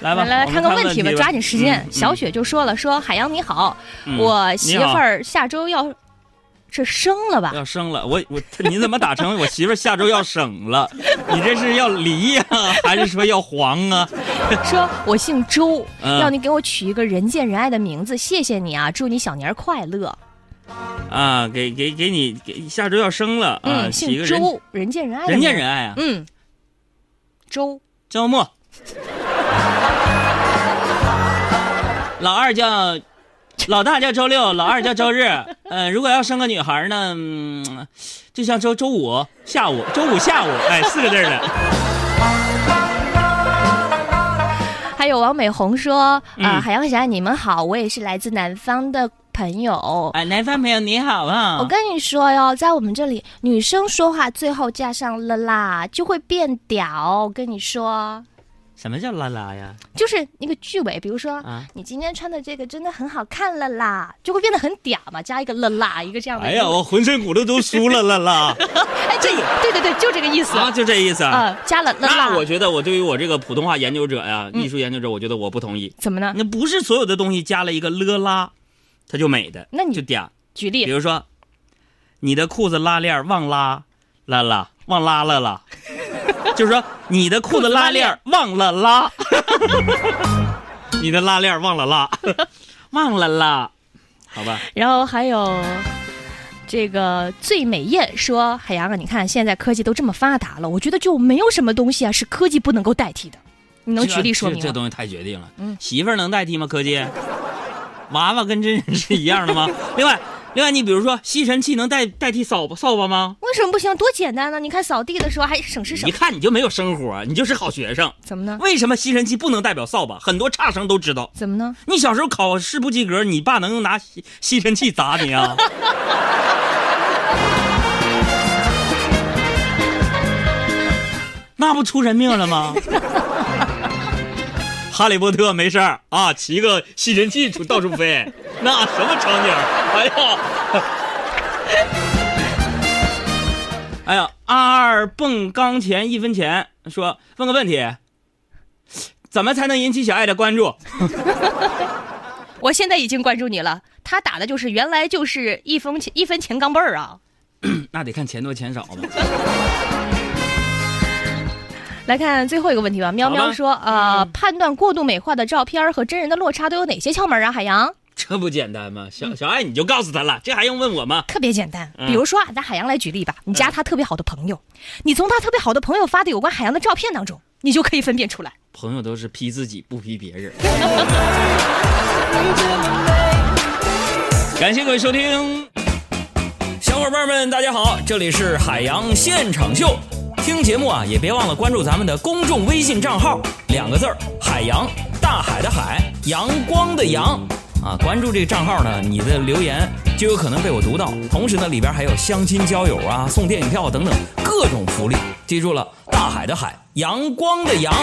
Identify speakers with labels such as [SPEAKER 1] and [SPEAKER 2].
[SPEAKER 1] 来吧，
[SPEAKER 2] 来来，
[SPEAKER 1] 我们
[SPEAKER 2] 看
[SPEAKER 1] 看
[SPEAKER 2] 个问题吧，抓紧时间。
[SPEAKER 1] 嗯嗯
[SPEAKER 2] 小雪就说了，说海洋你好，
[SPEAKER 1] 嗯
[SPEAKER 2] 我媳妇
[SPEAKER 1] 你
[SPEAKER 2] 儿啊下周要这生了吧？
[SPEAKER 1] 要生了，我我你怎么打成我媳妇儿下周要省了？你这是要离呀、还是说要黄啊？
[SPEAKER 2] 说我姓周，
[SPEAKER 1] 嗯
[SPEAKER 2] 要你给我取一个人见人爱的名字，谢谢你啊，祝你小年儿快乐。
[SPEAKER 1] 啊，给给给你给下周要生了啊，
[SPEAKER 2] 嗯，
[SPEAKER 1] 起一
[SPEAKER 2] 姓
[SPEAKER 1] 个人
[SPEAKER 2] 周，人见人爱，
[SPEAKER 1] 人见，人爱啊，
[SPEAKER 2] 嗯，周
[SPEAKER 1] 叫莫，老二叫。老大叫周六，老二叫周日。呃，如果要生个女孩呢，嗯，就像周周五下午，周五下午，哎，四个字儿的。
[SPEAKER 2] 还有王美红说：“啊、
[SPEAKER 1] 嗯
[SPEAKER 2] 海洋侠，你们好，我也是来自南方的朋友。
[SPEAKER 1] 哎，南方朋友你好啊，
[SPEAKER 2] 我跟你说哟，在我们这里，女生说话最后加上了啦，就会变屌。我跟你说，
[SPEAKER 1] 什么叫拉拉呀？
[SPEAKER 2] 就是那个句尾，比如说、
[SPEAKER 1] 啊，
[SPEAKER 2] 你今天穿的这个真的很好看了啦，就会变得很嗲嘛，加一个了啦，一个这样的。
[SPEAKER 1] 哎呀，我浑身骨头都酥了了 啦！
[SPEAKER 2] 哎，这对对对，就这个意思。
[SPEAKER 1] 啊，就这意思啊。
[SPEAKER 2] 嗯，加了了啦
[SPEAKER 1] 那，我觉得我对于我这个普通话研究者呀、
[SPEAKER 2] 嗯
[SPEAKER 1] 艺术研究者，我觉得我不同意。
[SPEAKER 2] 怎么呢？
[SPEAKER 1] 那不是所有的东西加了一个了啦，它就美的，
[SPEAKER 2] 那你
[SPEAKER 1] 就嗲。
[SPEAKER 2] 举
[SPEAKER 1] 比
[SPEAKER 2] 例，
[SPEAKER 1] 如说，你的裤子拉链儿忘拉了啦，忘拉 了啦，就是说你的裤子拉链儿忘了拉， 你的拉链儿忘了拉， 忘了啦，好吧。
[SPEAKER 2] 然后还有。这个最美艳说：“海洋啊，你看现在科技都这么发达了，我觉得就没有什么东西啊是科技不能够代替的。你能
[SPEAKER 1] 这
[SPEAKER 2] 举例说
[SPEAKER 1] 这
[SPEAKER 2] 明
[SPEAKER 1] 这
[SPEAKER 2] 吗？
[SPEAKER 1] 东西太决定了。
[SPEAKER 2] 嗯
[SPEAKER 1] 媳妇儿能代替吗？科技，娃娃跟真人是一样的 吗？另外，另外，你比如说吸尘器能代代替扫把扫把吗？
[SPEAKER 2] 为什么不行？多简单呢！你看扫地的时候还省时省
[SPEAKER 1] 一，看你就没有生活，你就是好学生。
[SPEAKER 2] 怎么呢？
[SPEAKER 1] 为什么吸尘器不能代表扫把？很多差生都知道。
[SPEAKER 2] 怎么呢？
[SPEAKER 1] 你小时候考试不及格，你爸能拿吸吸尘器砸你啊？ 那不出人命了吗？ 哈利波特没事儿啊，骑个吸尘器出到处飞，那什么场景？哎呀，哎呀，阿二蹦钢钱一分钱，说问个问题，怎么才能引起小爱的关注？
[SPEAKER 2] 我现在已经关注你了。他打的就是原来就是一分钱一分钱钢镚儿啊！
[SPEAKER 1] 那得看钱多钱少吧。
[SPEAKER 2] 来看最后一个问题吧。喵
[SPEAKER 1] 好
[SPEAKER 2] 喵
[SPEAKER 1] 吧嗯
[SPEAKER 2] 说：“呃，判断过度美化的照片儿和真人的落差都有哪些窍门啊？”海洋
[SPEAKER 1] 这不简单吗？小小爱你就告诉他了，这还用问我吗？
[SPEAKER 2] 特别简单，
[SPEAKER 1] 嗯
[SPEAKER 2] 比如说啊，拿海洋来举例吧，你加他特别好的朋友，你从他特别好的朋友发的有关海洋的照片当中，你就可以分辨出来。
[SPEAKER 1] 朋友都是批自己，不批 别人。感谢各位收听，
[SPEAKER 3] 小伙伴们，大家好，这里是海洋现场秀。听节目啊，也别忘了关注咱们的公众微信账号，两个字儿“海洋”，大海的海，阳光的阳。啊，关注这个账号呢，你的留言就有可能被我读到。同时呢，里边还有相亲交友啊、送电影票等等各种福利。记住了，大海的海，阳光的阳。